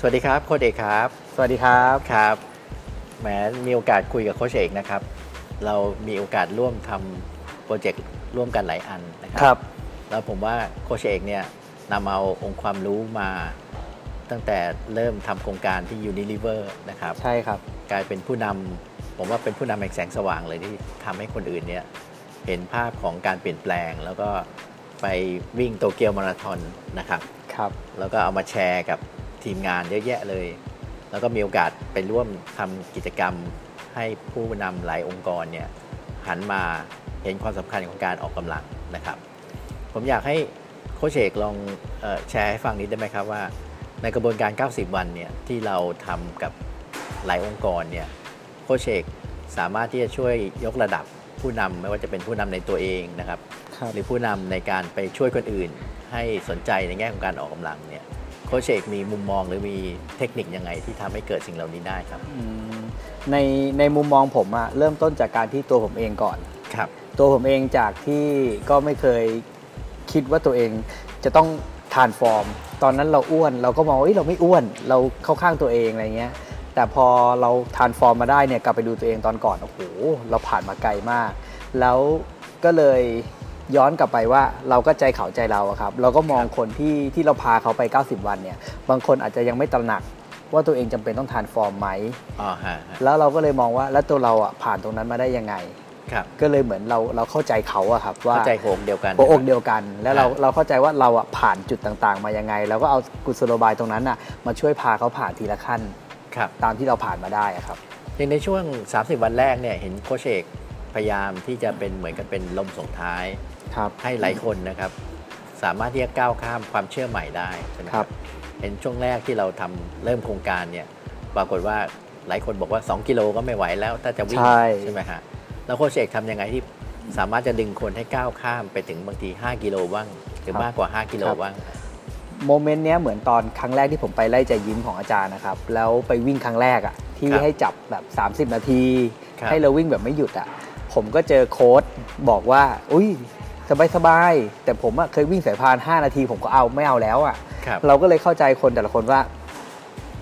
สวัสดีครับโค้ชเอกครับ สวัสดีครับ ครับแหมมีโอกาสคุยกับโค้ชเอกนะครับ เรามีโอกาสร่วมทำโปรเจกต์ร่วมกันหลายอันนะครัแล้วผมว่าโค้ชเอกเนี่ยนำเอาองค์ความรู้มาตั้งแต่เริ่มทำโครงการที่ Unilever นะครับ ใช่ครับ กลายเป็นผู้นำผมว่าเป็นผู้นำแห่งแสงสว่างเลยที่ทำให้คนอื่นเนี่ยเห็นภาพของการเปลี่ยนแปลง แล้วก็ไปวิ่งโตเกียวมาราธอนนะครับ ครับ แล้วก็เอามาแชร์กับทีมงานเยอะแยะเลย แล้วก็มีโอกาสไปร่วมทำกิจกรรมให้ผู้นำหลายองค์กรเนี่ยหันมาเห็นความสำคัญของการออกกำลังนะครับ ผมอยากให้โคชเอกลองเออแชร์ให้ฟังนิดได้ไหมครับว่า ในกระบวนการ 90 วันเนี่ยที่เราทำกับหลายองค์กรเนี่ยโคชเอกสามารถที่จะช่วยยกระดับผู้นำไม่ว่าจะเป็นผู้นำในตัวเองนะครับ ครับ หรือผู้นำในการไปช่วยคนอื่น ให้สนใจในแง่ของการออกกำลังเนี่ยโคชเอกมีมุมมองหรือมีเทคนิคยังไงที่ทำให้เกิดสิ่งเหล่านี้ได้ครับ อืมในในมุมมองผมอะเริ่มต้นจากการที่ตัวผมเองก่อน ครับ ตัวผมเองจากที่ก็ไม่เคยคิดว่าตัวเองจะต้องทานฟอร์ม ตอนนั้นเราอ้วน เราก็มองว่าเอ้ยเราไม่อ้วน เราเข้าข้างตัวเองอะไรเงี้ย แต่พอเราทานฟอร์มมาได้เนี่ยกลับไปดูตัวเองตอนก่อน โอ้โห เราผ่านมาไกลมาก แล้วก็เลยย้อนกลับไปว่าเราก็ใจเขาใจเราอะครับ เราก็มองคนที่ที่เราพาเขาไป 90 วันเนี่ย บางคนอาจจะยังไม่ตระหนักว่าตัวเองจำเป็นต้องทานฟอร์มไหม อ๋อฮะฮะ แล้วเราก็เลยมองว่าแล้วตัวเราอะผ่านตรงนั้นมาได้ยังไง ครับ ก็เลยเหมือนเราเราเข้าใจเขาอะครับว่า เข้าใจโหงเดียวกัน หัวอกเดียวกัน แล้วเรา ครับ เราเข้าใจว่าเราอะผ่านจุดต่างๆ มายังไงเราก็เอากุศโลบายตรงนั้นอะมาช่วยพาเขาผ่านทีละขั้น ครับ ตามที่เราผ่านมาได้อะครับ อย่างในช่วง 30 วันแรกเนี่ยเห็นโคชเอกพยายามที่จะเป็นเหมือนกับเป็นลมส่งท้าย ครับ ให้หลายคนนะครับ สามารถที่จะก้าวข้ามความเชื่อใหม่ได้ใช่ไหมค ครั รับบ เห็นช่วงแรกที่เราทำเริ่มโครงการเนี่ยปรากฏว่าหลายคนบอกว่า 2 กิโลก็ไม่ไหวแล้ว ถ้าจะวิ่ง ใช่ ไหมฮะแล้วโคชเอกทำยังไงที่สามารถจะดึงคนให้ก้าวข้ามไปถึงบางที 5 กิโลบ้างหรือมากกว่า 5 กิโลบ้าง โมเมนต์เนี้ยเหมือนตอนครั้งแรกที่ผมไปไล่ใจยิ้มของอาจารย์นะครับ แล้วไปวิ่งครั้งแรกอะที่ ครับ ให้จับแบบ 30 นาที ครับ ให้เราวิ่งแบบไม่หยุดอะผมก็เจอโค้ดบอกว่า อุ้ยสบายสบายๆแต่ผมอะเคยวิ่งสายพาน 5 นาที ผมก็เอาไม่เอาแล้วอะ ครับ เราก็เลยเข้าใจคนแต่ละคนว่า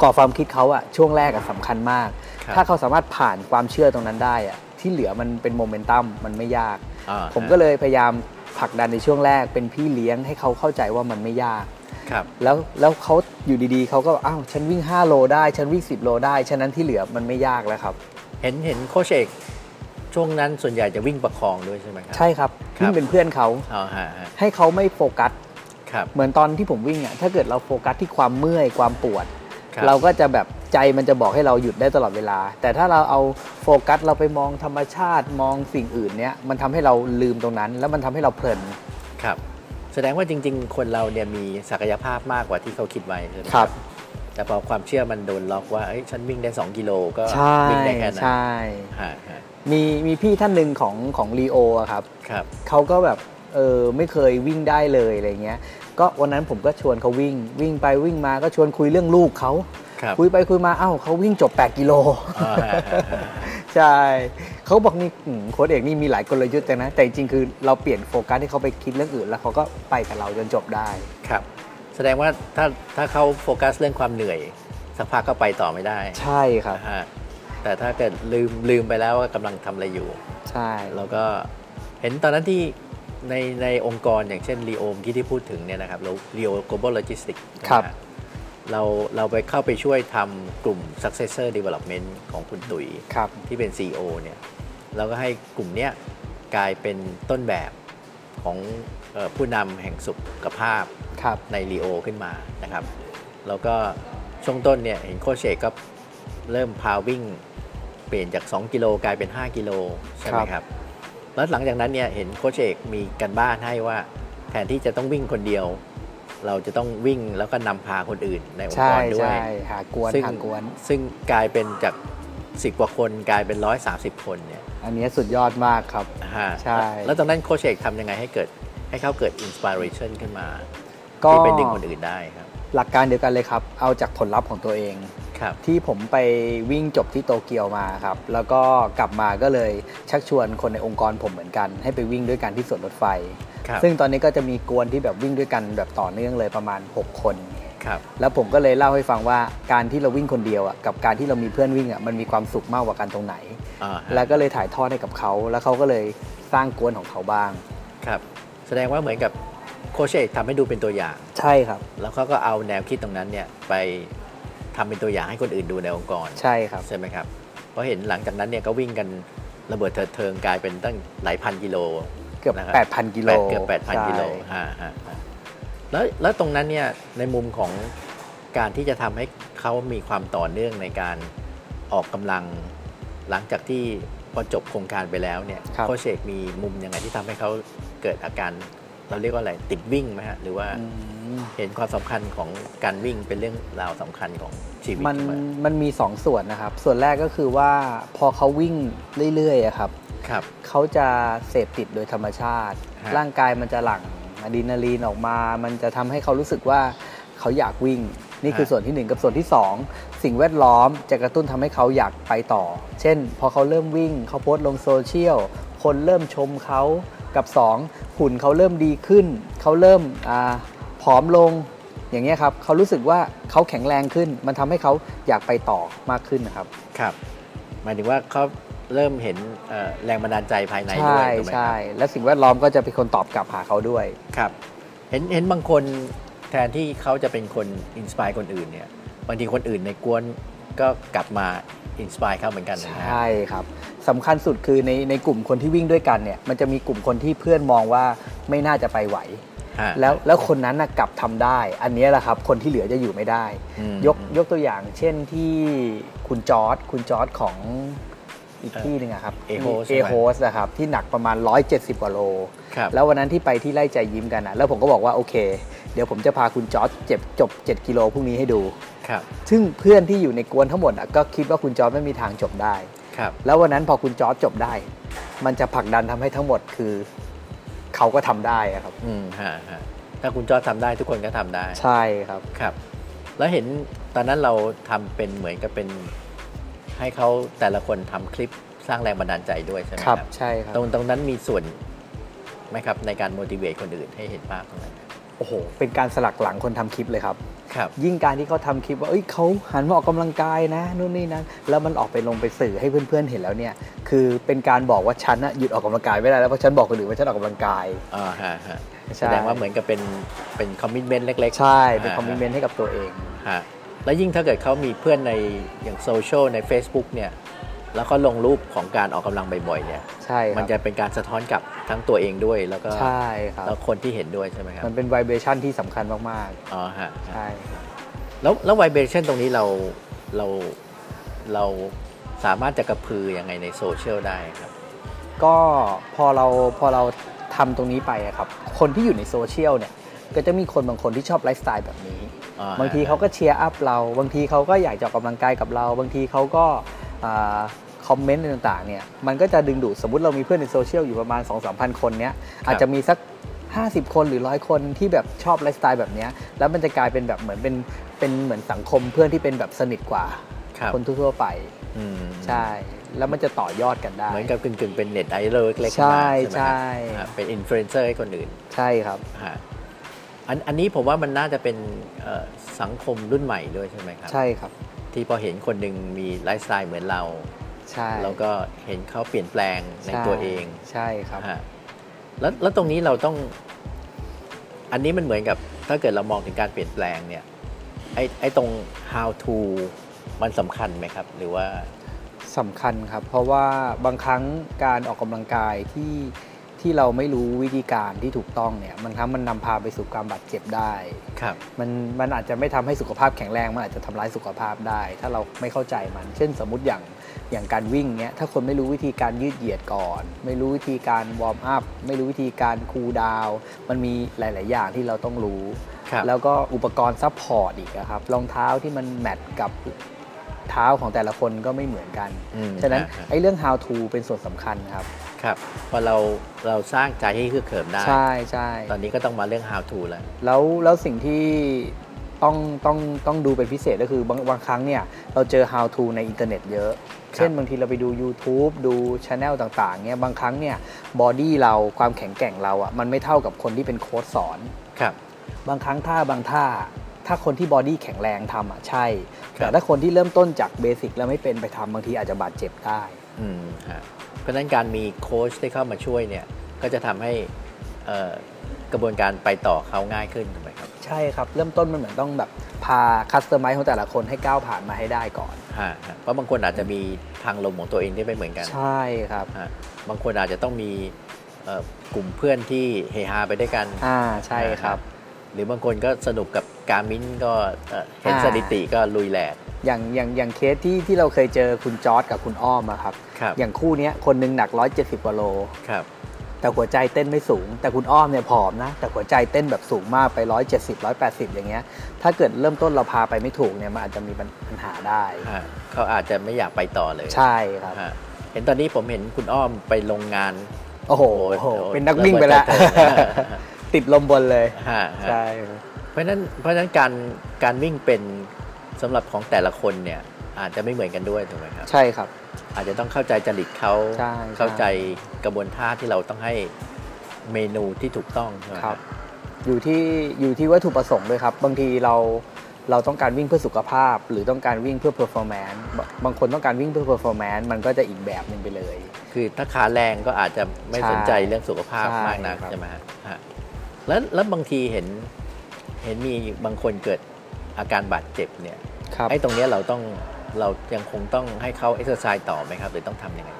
ก่อความคิดเขาอะช่วงแรกอะสำคัญมาก ครับ ถ้าเขาสามารถผ่านความเชื่อตรงนั้นได้อะที่เหลือมันเป็นโมเมนตัมมันไม่ยาก อ่าฮะ ผมก็เลยพยายามผลักดันในช่วงแรกเป็นพี่เลี้ยงให้เขาเข้าใจว่ามันไม่ยาก ครับ แล้วแล้วเขาอยู่ดีๆเขาก็อ้าวฉันวิ่ง 5 โลได้ ฉันวิ่ง 10 โลได้ ฉะนั้นที่เหลือมันไม่ยากแล้วครับ เห็นเห็นโคชเอกช่วงนั้นส่วนใหญ่จะวิ่งประคองด้วยใช่ไหมครั ใช่ครับ ครับ วิ่งเป็นเพื่อนเขา อ๋อฮะฮะ ให้เขาไม่โฟกัส ครับ เหมือนตอนที่ผมวิ่งอะถ้าเกิดเราโฟกัสที่ความเมื่อยความปวด คบ เราก็จะแบบใจมันจะบอกให้เราหยุดได้ตลอดเวลา แต่ถ้าเราเอาโฟกัสเราไปมองธรรมชาติมองสิ่งอื่นเนี้ยมันทำให้เราลืมตรงนั้น แล้วมันทำให้เราเพลิน ครับแสดงว่าจริง ๆ คนเราเนี่ยมีศักยภาพมากกว่าที่เขาคิดไว้ใช่ไหม ครับ แต่พอความเชื่อมันโดนล็อกว่าเอ้ยฉันวิ่งได้ 2 กิโลก็ ใช่ วิ่งได้แค่นั้น ใช่ ฮะฮะ มีมีพี่ท่านหนึ่งของของลีโอะครับ ครับ เขาก็แบบเออไม่เคยวิ่งได้เลยอะไรเงี้ย ก็วันนั้นผมก็ชวนเขาวิ่ง วิ่งไปวิ่งมาก็ชวนคุยเรื่องลูกเขา ครับ คุยไปคุยมาเอ้าเขาวิ่งจบ 8 กิโล อ่าฮะฮะฮะ ใช่เขาบอกนี่อืมโค้ดเอกนี่มีหลายกลยุทธ์แต่นะ แต่จริงๆคือเราเปลี่ยนโฟกัสให้เขาไปคิดเรื่องอื่น แล้วเขาก็ไปกับเราจนจบได้ ครับ แสดงว่าถ้าถ้าเขาโฟกัสเรื่องความเหนื่อย สักพักก็ไปต่อไม่ได้ ใช่ครับ นะฮะแต่ถ้าเกิดลืมลืมไปแล้วว่ากำลังทำอะไรอยู่ ใช่ แล้วก็เห็นตอนนั้นที่ในในองค์กรอย่างเช่นรีโอมที่ที่พูดถึงเนี่ยนะครับเราเรียว global logistics นะฮะเราเราไปเข้าไปช่วยทำกลุ่ม successor development ของคุณตุ๋ย ครับ ที่เป็น CEO เนี่ยเราก็ให้กลุ่มเนี้ยกลายเป็นต้นแบบของเออผู้นำแห่งสุขภาพ ครับ ในรีโอขึ้นมานะครับ แล้วก็ช่วงต้นเนี่ยเห็นโคชเอกก็เริ่มพาวิ่ง เปลี่ยนจาก 2 กิโลกลายเป็น 5 กิโลใช่ไหมครับ แล้วหลังจากนั้นเนี่ยเห็นโคชเอกมีกันบ้านให้ว่าแทนที่จะต้องวิ่งคนเดียว เราจะต้องวิ่งแล้วก็นำพาคนอื่นในองค์ ใช่ กรด้วย ใช่หากวน ซึ่ง หากวน ซึ่งกลายเป็นจาก 10 กว่าคนกลายเป็น 130 คนเนี่ย อันเนี้ยสุดยอดมากครับ นะฮะ ใช่ แล้วตอนนั้นโคชเอกทำยังไงให้เกิดให้เขาเกิดอินสปิเรชันขึ้นมา ก็ ที่เป็นดึงคนอื่นได้ครับ หลักการเดียวกันเลยครับ เอาจากผลลัพธ์ของตัวเอง ครับ ที่ผมไปวิ่งจบที่โตเกียวมาครับ แล้วก็กลับมาก็เลยชักชวนคนในองค์กรผมเหมือนกัน ให้ไปวิ่งด้วยกันที่สวนรถไฟ ครับ ซึ่งตอนนี้ก็จะมีกวนที่แบบวิ่งด้วยกันแบบต่อเนื่องเลยประมาณ 6 คน ครับ แล้วผมก็เลยเล่าให้ฟังว่าการที่เราวิ่งคนเดียวอ่ะกับการที่เรามีเพื่อนวิ่งอ่ะมันมีความสุขมากกว่ากันตรงไหน อ่าฮะ แล้วก็เลยถ่ายทอดให้กับเขา แล้วเขาก็เลยสร้างกวนของเขาบ้าง ครับ แสดงว่าเหมือนกับโคชเอกทำให้ดูเป็นตัวอย่าง ใช่ครับ แล้วเขาก็เอาแนวคิดตรงนั้นเนี่ยไปทำเป็นตัวอย่างให้คนอื่นดูในองค์กร ใช่ครับ ใช่ไหมครับ เพราะเห็นหลังจากนั้นเนี่ยก็วิ่งกันระเบิดเถิดเทิงกลายเป็นตั้งหลายพันกิโล เกือบ นะครับ 8,000 กิโล แปดเกือบแปดพัน ใช่ กิโลฮะฮะฮะแล้วแล้วตรงนั้นเนี่ยในมุมของการที่จะทำให้เขามีความต่อเนื่องในการออกกำลัง หลังจากที่พอจบโครงการไปแล้วเนี่ย ครับ โคชเอกมีมุมยังไงที่ทำให้เขาเกิดอาการ เราเรียกว่าอะไรติดวิ่งไหมฮะหรือว่า อืม เห็นความสำคัญของการวิ่งเป็นเรื่องราวสำคัญของชีวิต มัน ขึ้นา มันมี 2 ส่วนนะครับ ส่วนแรกก็คือว่าพอเขาวิ่งเรื่อยๆอะครับ ครับ เขาจะเสพติดโดยธรรมชาติ ฮะ ร่างกายมันจะหลั่งอะดรีนาลีนออกมา มันจะทำให้เขารู้สึกว่าเขาอยากวิ่ง นี่คือส่วนทีหนึ่1 กับส่วนที่ 2 สิ่งแวดล้อมจะกระตุ้นทำให้เขาอยากไปต่อ เช่น พอเขาเริ่มวิ่งเขาโพสต์ลงโซเชียลคนเริ่มชมเขากับ 2 หุ่นเขาเริ่มดีขึ้นเขาเริ่มอ่าผอมลง อย่างเงี้ยครับเขารู้สึกว่าเขาแข็งแรงขึ้น มันทำให้เขาอยากไปต่อมากขึ้นนะครับ ครับ หมายถึงว่าเขาเริ่มเห็นเอ่อแรงบันดาลใจภายในด้ใช่วยถูกไหมค ใช่ รับ และสิ่งแวดล้อมก็จะเป็นคนตอบกลับหาเขาด้วย ครับ เห็นเห็นบางคนแทนที่เขาจะเป็นคนอินสปายคนอื่นเนี่ยบางทีคนอื่นในกวนก็กลับมาอินสปายเขาเหมือนกันนะฮะ ใช่ครับสำคัญสุดคือในในกลุ่มคนที่วิ่งด้วยกันเนี่ยมันจะมีกลุ่มคนที่เพื่อนมองว่าไม่น่าจะไปไหว ฮะ แล้วแล้วคนนั้นนะกลับทำได้ อันเนี้ยแหละครับคนที่เหลือจะอยู่ไม่ได้ อืม ยกยกตัวอย่างเช่นที่คุณจอร์ดคุณจอร์ดของอีกที่หนึ่งอะครับ A-Host ใช่ เอ ไหม โฮสนะครับที่หนักประมาณ 170 กว่าโล ครับ แล้ววันนั้นที่ไปที่ไล่ใจยิ้มกันอะแล้วผมก็บอกว่าโอเค เดี๋ยวผมจะพาคุณจอร์ดเจ็บจบ 7 กิโลพรุ่งนี้ให้ดู ครับ ซึ่งเพื่อนที่อยู่ในกวนทั้งหมดอะก็คิดว่าคุณจอร์ดไม่มีทางจบได้ ครับ แล้ววันนั้นพอคุณจอร์ดจบได้ มันจะผลักดันทำให้ทั้งหมดคือ เขาก็ทำได้อะครับ อืมฮะฮะถ้าคุณจอร์จทำได้ทุกคนก็ทำได้ ใช่ครับ ครับ แล้วเห็นตอนนั้นเราทำเป็นเหมือนกับเป็น ให้เขาแต่ละคนทำคลิปสร้างแรงบันดาลใจด้วยใช่ไหม ค ค รั รับ บ ใช่ครับ ตรงตรงนั้นมีส่วนไหมครับในการ motivate คนอื่นให้เห็นภาพตรงนั้น โอ้โห เป็นการสลักหลังคนทำคลิปเลยครับ ครับ ยิ่งการที่เขาทำคลิปว่า เอ้ยเขาหันมาออกกำลังกายนะนู่นนี่นั่นแล้วมันออกไปลงไปสื่อให้เพื่อนๆเห็นแล้วเนี่ย คือเป็นการบอกว่าฉันอะหยุดออกกำลังกายไม่ได้แล้วเพราะฉันบอกคนอื่นว่าฉันออกกำลังกาย อ่าฮะฮะ ใช่ แสดงว่าเหมือนกับเป็นเป็นคอมมิชเมนต์เล็กๆ ใช่เป็น ฮะ คอมมิชเมนต์ให้กับตัวเอง ฮะแล้วยิ่งถ้าเกิดเขามีเพื่อนในอย่างโซเชียลใน Facebook เนี่ย แล้วก็ลงรูปของการออกกำลังบ่อยๆเนี่ย ใช่ครับ มันจะเป็นการสะท้อนกลับทั้งตัวเองด้วย แล้วก็ ใช่ครับ แล้วคนที่เห็นด้วยใช่ไหมครับ มันเป็นไวเบรชั่นที่สำคัญมาก อ๋อฮะ ๆ ฮะ ใช่ แล้วแล้วไวเบรชั่นตรงนี้เราเราเราสามารถจะกระพือยังไงในโซเชียลได้ครับ ก็พอเราพอเราทำตรงนี้ไปอะครับ คนที่อยู่ในโซเชียลเนี่ย ก็จะมีคนบางคนที่ชอบไลฟ์สไตล์แบบนี้ อ่าฮะ บางทีเขาก็เชียร์อัพเรา บางทีเขาก็อยากจะออกกำลังกายกับเรา บางทีเขาก็อ่าคอมเมนต์ต่างๆเนี่ย มันก็จะดึงดูด สมมติเรามีเพื่อนในโซเชียลอยู่ประมาณ 2 3 0 0 0 คนเนี้ย อาจจะมีสัก 50 คนหรือร้อยคนที่แบบชอบไลฟ์สไตล์แบบเนี้ย แล้วมันจะกลายเป็นแบบเหมือนเป็นเป็นเหมือนสังคมเพื่อนที่เป็นแบบสนิทกว่า ครับ คนทั่วๆไป อืม ใช่ แล้วมันจะต่อยอดกันได้ เหมือนกับกึ่งๆเป็นเน็ตไอดอลเล็กๆ ใช่ ขึ้นมาไหม ใช่ ครับอ่าเป็นอินฟลูเอนเซอร์ให้คนอื่น ใช่ครับ ฮะอันอันนี้ผมว่ามันน่าจะเป็นเอ่อสังคมรุ่นใหม่ด้วยใช่ไหมครับ ใช่ครับ ที่พอเห็นคนหนึ่งมีไลฟ์สไตล์เหมือนเรา ใช่ เราก็เห็นเขาเปลี่ยนแปลงใน ช่ ตัวเอง ใช่ครับ ฮะแล้วแล้วตรงนี้เราต้อง อันนี้มันเหมือนกับถ้าเกิดเรามองถึงการเปลี่ยนแปลงเนี่ย ไอ้ไอ้ตรง how to มันสำคัญไหมครับ หรือว่า สำคัญครับ เพราะว่าบางครั้งการออกกำลังกายที่ที่เราไม่รู้วิธีการที่ถูกต้องเนี่ยบางครั้งมันนำพาไปสู่ความบาดเจ็บได้ ครับ มันมันอาจจะไม่ทำให้สุขภาพแข็งแรง มันอาจจะทำร้ายสุขภาพได้ ถ้าเราไม่เข้าใจมัน เช่นสมมติอย่างอย่างการวิ่งเนี้ยถ้าคนไม่รู้วิธีการยืดเหยียดก่อน ไม่รู้วิธีการวอร์มอัพไม่รู้วิธีการคูลดาวน์มันมีหลาย ๆ อย่างที่เราต้องรู้ ครับ แล้วก็อุปกรณ์ซัพพอร์ตอีกอะครับรองเท้าที่มันแมทกับเท้าของแต่ละคนก็ไม่เหมือนกัน อืม ฉะนั้น ฮะ ไอ้เรื่อง how to เป็นส่วนสำคัญครับ ครับพอเราเราสร้างใจให้ฮึกเหิมได้ ใช่ใช่ ตอนนี้ก็ต้องมาเรื่อง how to แล้ว แล้วแล้วสิ่งที่ต้องต้องต้องดูเป็นพิเศษก็คือบางบางครั้งเนี่ย เราเจอ how to ในอินเทอร์เน็ตเยอะ ครับ เช่นบางทีเราไปดู YouTube ดู Channel ต่างๆเนี่ยบางครั้งเนี่ยบอดี้เราความแข็งแกร่งเราอะ่ะมันไม่เท่ากับคนที่เป็นโค้ชสอน ครับ บางครั้งท่าบางท่า ถ้าคนที่บอดี้แข็งแรงทำอ่ะใช่ ครับ แต่ถ้าคนที่เริ่มต้นจากเบสิกแล้วไม่เป็นไปทำบางทีอาจจะบาดเจ็บได้ อืมฮะเพราะฉะนั้นการมีโค้ชที่เข้ามาช่วยเนี่ย ก็จะทำให้เอ่อกระบวนการไปต่อเขาง่ายขึ้นถูกไหมครับ ใช่ครับ เริ่มต้นมันเหมือนต้องแบบพาคัสเตอร์ไมซ์ของแต่ละคนให้ก้าวผ่านมาให้ได้ก่อน ฮะฮะเพราะบางคนอาจจะมีทางลมของตัวเองที่ไม่เหมือนกัน ใช่ครับ ฮะบางคนอาจจะต้องมีเอ่อกลุ่มเพื่อนที่เฮฮาไปด้วยกัน อ่าใช่ครับ หรือบางคนก็สนุกกับการมิ้นก็เอ่อเห็น อ่า สถิติก็ลุยแหลก อย่างอย่างอย่างเคสที่ที่เราเคยเจอคุณจอร์ดกับคุณอ้อมอะครับ ครับ อย่างคู่เนี้ยคนหนึงหนัก 170กว่าโล ครับ แต่หัวใจเต้นไม่สูง แต่คุณอ้อมเนี่ยผอมนะ แต่หัวใจเต้นแบบสูงมากไป 170 180 อย่างเงี้ย ถ้าเกิดเริ่มต้นเราพาไปไม่ถูกเนี่ยมันอาจจะมีปัญปัญหาได้ ฮะเขาอาจจะไม่อยากไปต่อเลย ใช่ครับ ฮะเห็นตอนนี้ผมเห็นคุณอ้อมไปลงงาน โอ้โหโอ้โห เป็นนักวิ่งไปแล้ว เออ ติดลมบนเลย ฮะฮะ ใช่ครับ เพราะฉะนั้นเพราะฉะนั้นการการวิ่งเป็นสำหรับของแต่ละคนเนี่ยอาจจะไม่เหมือนกันด้วยถูกไหมครับ ใช่ครับ อาจจะต้องเข้าใจจริตเขา ใช่ เข้าใจกระบวนท่าที่เราต้องให้เมนูที่ถูกต้องใช่ไหม ครับ อยู่ที่อยู่ที่วัตถุประสงค์ด้วยครับ บางทีเราเราต้องการวิ่งเพื่อสุขภาพ หรือต้องการวิ่งเพื่อ performance บบางคนต้องการวิ่งเพื่อ performance มันก็จะอีกแบบหนึ่งไปเลย คือถ้าขาแรงก็อาจจะไม่สนใจเรื่องสุขภาพ ใช่ มากนัก ครับ ใช่ไหมฮะฮะแล้วแล้วบางทีเห็นเห็นมีบางคนเกิดอาการบาดเจ็บเนี่ย ครับ ไอ้ตรงเนี้ยเราต้องเรายังคงต้องให้เขาเอ็กซ์ไซส์ต่อไหมครับ หรือต้องทำยังไง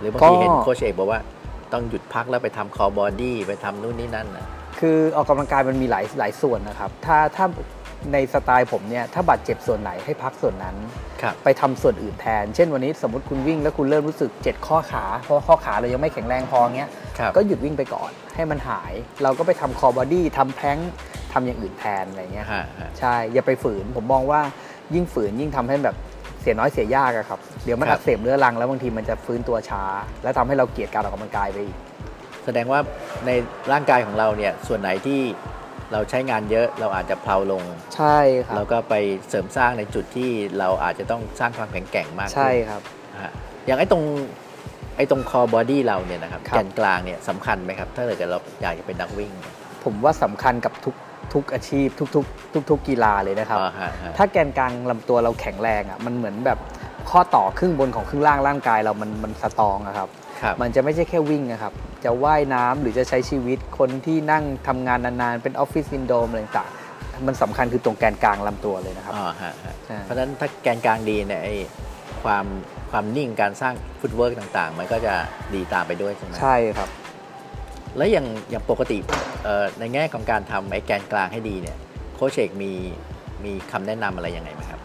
หรือบางที ก็ เห็นโคชเอกบอกว่าต้องหยุดพักแล้วไปทำคอบอดี้ไปทำนู่นนี่นั่นนะ คือออกกำลังกายมันมีหลายหลายส่วนนะครับ ถ้าถ้าในสไตล์ผมเนี่ยถ้าบาดเจ็บส่วนไหนให้พักส่วนนั้น ครับ ไปทำส่วนอื่นแทน เช่นวันนี้สมมติคุณวิ่งแล้วคุณเริ่มรู้สึกเจ็บข้อขาเพราะข้อขาเรายังไม่แข็งแรงพอเงี้ย ครับ ก็หยุดวิ่งไปก่อนให้มันหาย เราก็ไปทำคอบอดี้ทำแพลงทำอย่างอื่นแทนอะไรเงี้ยครับ ฮะฮะ ใช่ อย่าไปฝืน ผมมองว่ายิ่งฝืนยิ่งทำให้แบบเสียน้อยเสียยากอะครับเดี๋ยวมัน ครั อั บ กเสบเรื้อรังแล้วบางทีมันจะฟื้นตัวช้า และทำให้เราเกลียดการออกกำลังกายไปอีก แสดงว่าในร่างกายของเราเนี่ยส่วนไหนที่เราใช้งานเยอะเราอาจจะเพลาลง ใช่ครับ เราก็ไปเสริมสร้างในจุดที่เราอาจจะต้องสร้างความแข็งแกร่งมาก ใช่ ขึ้น ครับ ฮะอย่างไอ้ตรงไอ้ตรงคอบอดี้เราเนี่ยนะครับ ครับ แกนกลางเนี่ยสำคัญไหมครับ ถ้าเกิดเราอยากจะเป็นนักวิ่ง ผมว่าสำคัญกับทุกทุกอาชีพ ทุกทุกทุกทุกกีฬาเลยนะครับ อ่าฮะฮะ ถ้าแกนกลางลำตัวเราแข็งแรงอ่ะมันเหมือนแบบข้อต่อครึ่งบนของครึ่งล่างร่างกายเรามันมันสตรองอะครับ ครับ มันจะไม่ใช่แค่วิ่งนะครับ จะว่ายน้ำหรือจะใช้ชีวิตคนที่นั่งทำงานนานๆ เป็นออฟฟิศซินโดรมอะไรต่างๆมันสำคัญคือตรงแกนกลางลำตัวเลยนะครับ อ่าฮะฮะ ใช่ เพราะฉะนั้นถ้าแกนกลางดีเนี่ยไอ้ความความนิ่งการสร้างฟุตเวิร์กต่างๆ มันก็จะดีตามไปด้วยใช่ไหม ใช่ครับ แล้วอย่างอย่างปกติเอ่อในแง่ของการทำไอ้แกนกลางให้ดีเนี่ยโคชเอกมีมีคำแนะนำอะไรยังไงไหมครับ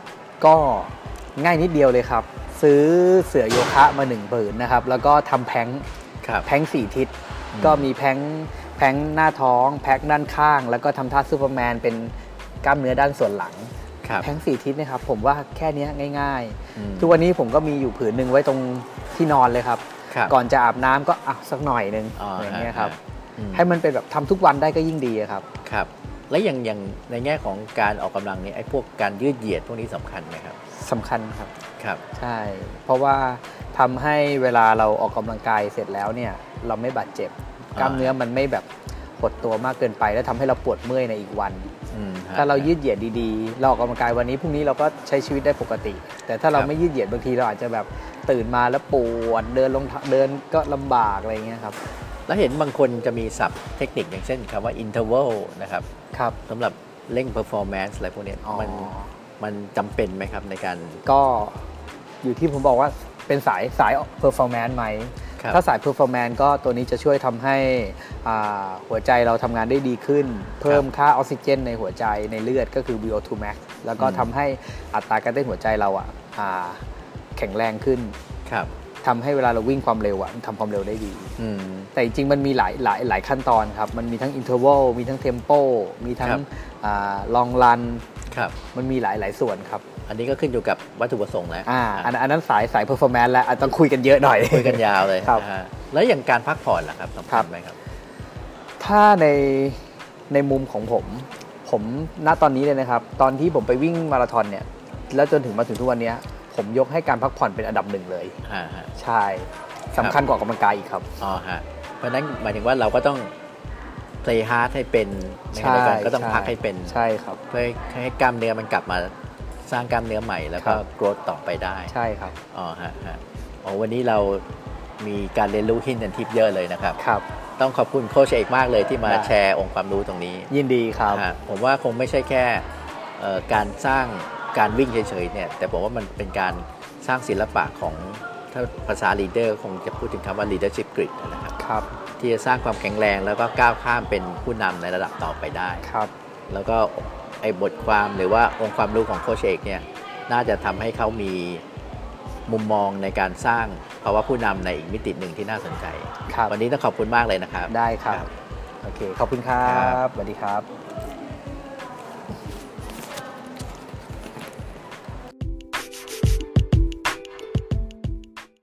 ก็ง่ายนิดเดียวเลยครับ ซื้อเสื่อโยคะมาหนึ่งผืนนะครับแล้วก็ทำแพลง ครับ แพงสี่ทิศ อืม ก็มีแพงแพงหน้าท้องแพงด้านข้าง แล้วก็ทำท่าซูเปอร์แมนเป็นกล้ามเนื้อด้านส่วนหลัง ครับ แพงสี่ทิศนะครับ ผมว่าแค่เนี้ยง่าย อืม ๆ ทุกวันนี้ผมก็มีอยู่ผืนหนึ่งไว้ตรงที่นอนเลยครับ ครับ ก่อนจะอาบน้ำก็อ่ะสักหน่อยหนึ่ง อ๋ออ อย่างเงี้ยครับ ฮะอืม ให้มันเป็นแบบทำทุกวันได้ก็ยิ่งดีอะครับ ครับ แล้วอย่างอย่างในแง่ของการออกกำลังเนี่ยไอ้พวกการยืดเหยียดพวกนี้สำคัญไหมครับ สำคัญครับ ครับ ใช่ เพราะว่าทำให้เวลาเราออกกำลังกายเสร็จแล้วเนี่ย เราไม่บาดเจ็บ กล้ามเนื้อมันไม่แบบหดตัวมากเกินไป แล้วทำให้เราปวดเมื่อยในอีกวัน อืมฮะ ถ้าเรายืดเหยียดดีๆ เราออกกำลังกายวันนี้พรุ่งนี้เราก็ใช้ชีวิตได้ปกติ แต่ถ้าเรา ครับ ไม่ยืดเหยียดบางทีเราอาจจะแบบตื่นมาแล้วปวดเดินลงเท้าเดินก็ลำบากอะไรเงี้ยครับ แล้วเห็นบางคนจะมีศัพท์เทคนิคอย่างเช่นคำว่า interval นะครับ ครับ สำหรับเร่ง performance อะไรพวกเนี้ย อ๋อ มันมันจำเป็นไหมครับในการ ก็อยู่ที่ผมบอกว่าเป็นสายสาย performance ไหม ครับ ถ้าสาย performance ก็ตัวนี้จะช่วยทำให้อ่าหัวใจเราทำงานได้ดีขึ้น เพิ่มค่าออกซิเจนในหัวใจในเลือดก็คือ VO2 max แล้วก็ อืม ทำให้อัตราการเต้นหัวใจเราอะอ่าแข็งแรงขึ้น ครับ ทำให้เวลาเราวิ่งความเร็วอะมันทำความเร็วได้ดี อืม แต่จริงๆ มันมีหลายหลายหลายขั้นตอนครับ มันมีทั้งอินเทอร์วลมีทั้งเทมโป มีทั้ง ครับ ลองรัน ครับ มันมีหลายหลายส่วนครับ อันนี้ก็ขึ้นอยู่กับวัตถุประสงค์แล้ว อ่าอันอันนั้นสายสายเพอร์ฟอร์แมนซ์แล้วอาจต้องคุยกันเยอะหน่อย คุยกันยาวเลย ครับ นะฮะแล้วอย่างการพักผ่อนล่ะครับสำ ครั คัญ บ ไหมครับ ถ้าในในมุมของผม ผมณตอนนี้เลยนะครับ ตอนที่ผมไปวิ่งมาราธอนเนี่ย แล้วจนถึงมาถึงทุกวันเนี้ย ผมยกให้การพักผ่อนเป็นอันดับหนึ่งเลย อ่าฮะ ใช่สำคัญกว่าออกกำลังกายอีกครับ อ๋อฮะ เพราะฉะนั้นหมายถึงว่าเราก็ต้อง stay hard ให้เป็นในขณะเดียวกันก็ต้องพักให้เป็น ใช่ครับ เพื่อให้กล้ามเนื้อมันกลับมาสร้างกล้ามเนื้อใหม่แล้วก็ ครับ growth ต่อไปได้ ใช่ครับ อ๋อฮะฮะอ๋อวันนี้เรามีการเรียนรู้หินแอนทิปเยอะเลยนะครับ ครับ ต้องขอบคุณโค้ชเอกมากเลยที่มา ได้ แชร์องค์ความรู้ตรงนี้ ยินดีครับ ฮะผมว่าคงไม่ใช่แค่เอ่อการสร้างการวิ่งเฉยๆเนี่ย แต่ผมว่ามันเป็นการสร้างศิลปะของถ้าภาษา leader คงจะพูดถึงคำว่า leadership grit นะครับ ครับ ที่จะสร้างความแข็งแรงแล้วก็ก้าวข้ามเป็นผู้นำในระดับต่อไปได้ ครับ แล้วก็ไอ้บทความหรือว่าองค์ความรู้ของโคชเอกเนี่ยน่าจะทำให้เขามีมุมมองในการสร้างภาวะผู้นำในอีกมิติหนึ่งที่น่าสนใจ ครับ วันนี้ต้องขอบคุณมากเลยนะครับ ได้ครับ โอเค ขอบคุณครั ครับ บ สวัสดีครับ